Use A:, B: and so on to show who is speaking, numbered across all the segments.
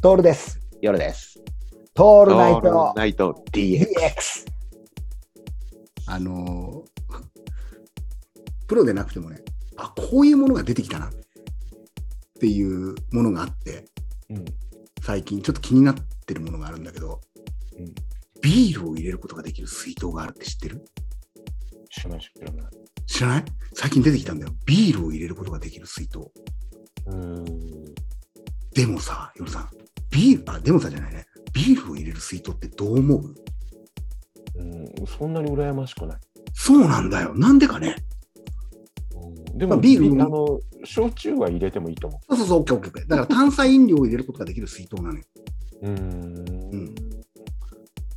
A: トールです。
B: 夜です。
A: ト
B: オ
A: ールナイト
B: ナイト DX。
A: DX。あのープロでなくてもね、あ、こういうものが出てきたなっていうものがあって、
B: うん
A: 最近ちょっと気になってるものがあるんだけど、
B: うん
A: ビールを入れることができる水筒があるって知ってる
B: 知らない知らない。
A: 知らない最近出てきたんだよ。ビールを入れることができる水筒。
B: うーん。
A: でもさ、夜さん、ビール、あ、でもさじゃないね。ビールを入れる水筒ってどう思う
B: うん、そんなに羨ましくない。
A: そうなんだよ。なんでかね。
B: で
A: まあ
B: も、
A: ビール
B: あの焼酎は入れてもいいと思
A: そうそうそう、オッケーオッケーオッケー。だから炭酸飲料を入れることができる水筒なのよ。
B: う。うー
A: うん
B: ん。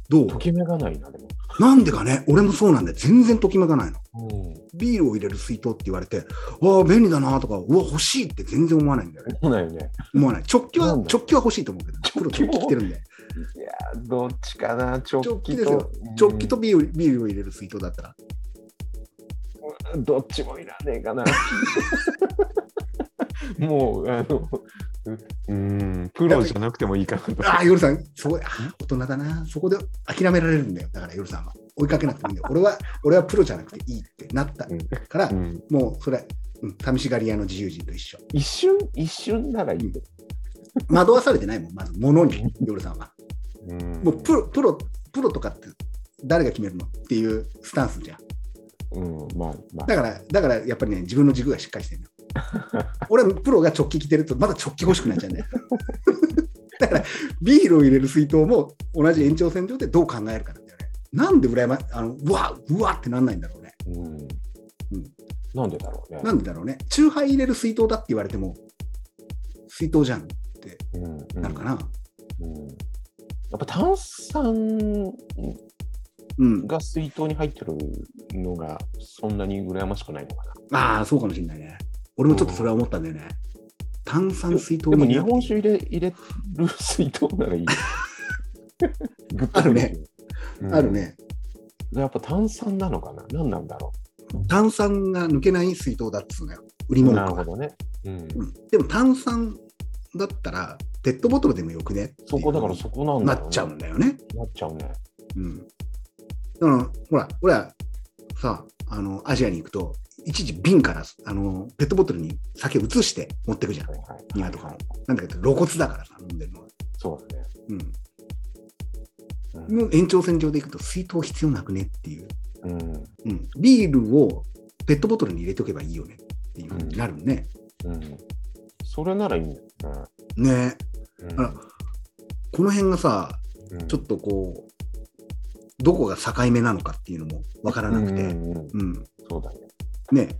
A: どう
B: ときめかないな、でも。
A: なんでかね、俺もそうなんだよ。全然ときめかないの。
B: うん。
A: ビールを入れる水筒って言われて、ああ、便利だなとか、うわ、欲しいって全然思わないんだよね。
B: そうだよね。
A: 思わない。直球は、
B: なんだ
A: 直球は欲しいと思うけど、プロ直球来てるんで。
B: いやー、どっちかな、直
A: 直帰
B: 帰
A: ですよ
B: と。
A: 直球とビールビールを入れる水筒だったら。
B: うん。どっちもいらねえ かな。もう、あの、ううーん、プロじゃなくてもいいかなと。
A: ああ、夜さん、そこ、ああ、大人だな。そこで諦められるんだよ。だから夜さんは。追いかけなくていいんだよ。俺は、俺はプロじゃなくていいってなったから、
B: うん、
A: もうそれ、うん、寂しがり屋の自由人と一緒。
B: 一瞬、一瞬ならいいよ。
A: 惑わされてないもん、まず、物に、夜さんは。
B: うん
A: もうプロプロプロとかって誰が決めるのっていうスタンスじゃん。
B: うん、まあ、まあ
A: だ。から、だからやっぱりね、自分の軸がしっかり してるの。俺はプロが直帰着てると、まだ直帰欲しくなっちゃうんだよ。 だから、ビールを入れる水筒も同じ延長線上でどう考えるかなんだよね。なんで羨ま、あのうわ、うわってなんないんだろうね。
B: うん。なんでだろうね。
A: なんでだろうね。チューハイ入れる水筒だって言われても、水筒じゃんって
B: うんうん
A: なるかな。
B: うんやっぱ炭酸
A: うん。
B: が水筒に入ってるのがそんなに羨ましくないのかな。
A: ああ、そうかもしれないね。俺もちょっとそれは思ったんだよね。炭酸水筒
B: でも
A: に
B: 日本酒入れ入れる水筒 ならいい。グッと
A: あるね
B: くる。うん
A: ある。ね。
B: やっぱ炭酸なのかな何なんだろ
A: 炭酸が抜けない水筒だっつうのよ、売り
B: う。
A: 物
B: なる
A: とか
B: ほどね。うん、
A: うんでも炭酸だったら、ペットボトルでもよくねっていう
B: そこだからそこなん
A: な
B: だろ
A: っちゃうんだよね。
B: なっちゃうね。
A: うん、だからほら、俺らさあの、アジアに行くと、一時瓶からあのペットボトルに酒移して持ってくじゃん
B: は。いはい。
A: 今とかも。なんだけど、露骨だからさ、飲んでるのは。
B: そうだね。
A: うん、もう延長線上で行くと、水筒必要なくねっていう。
B: うん。うん
A: うん、ビールをペットボトルに入れとけばいいよねっていうふうになるね。
B: うん。それならいいんだよ
A: ね
B: ね。
A: あらこの辺がさ
B: うん
A: ちょっとこうどこが境目なのかっていうのもわからなくて、
B: う
A: うん
B: んうんうんそうだね。
A: ね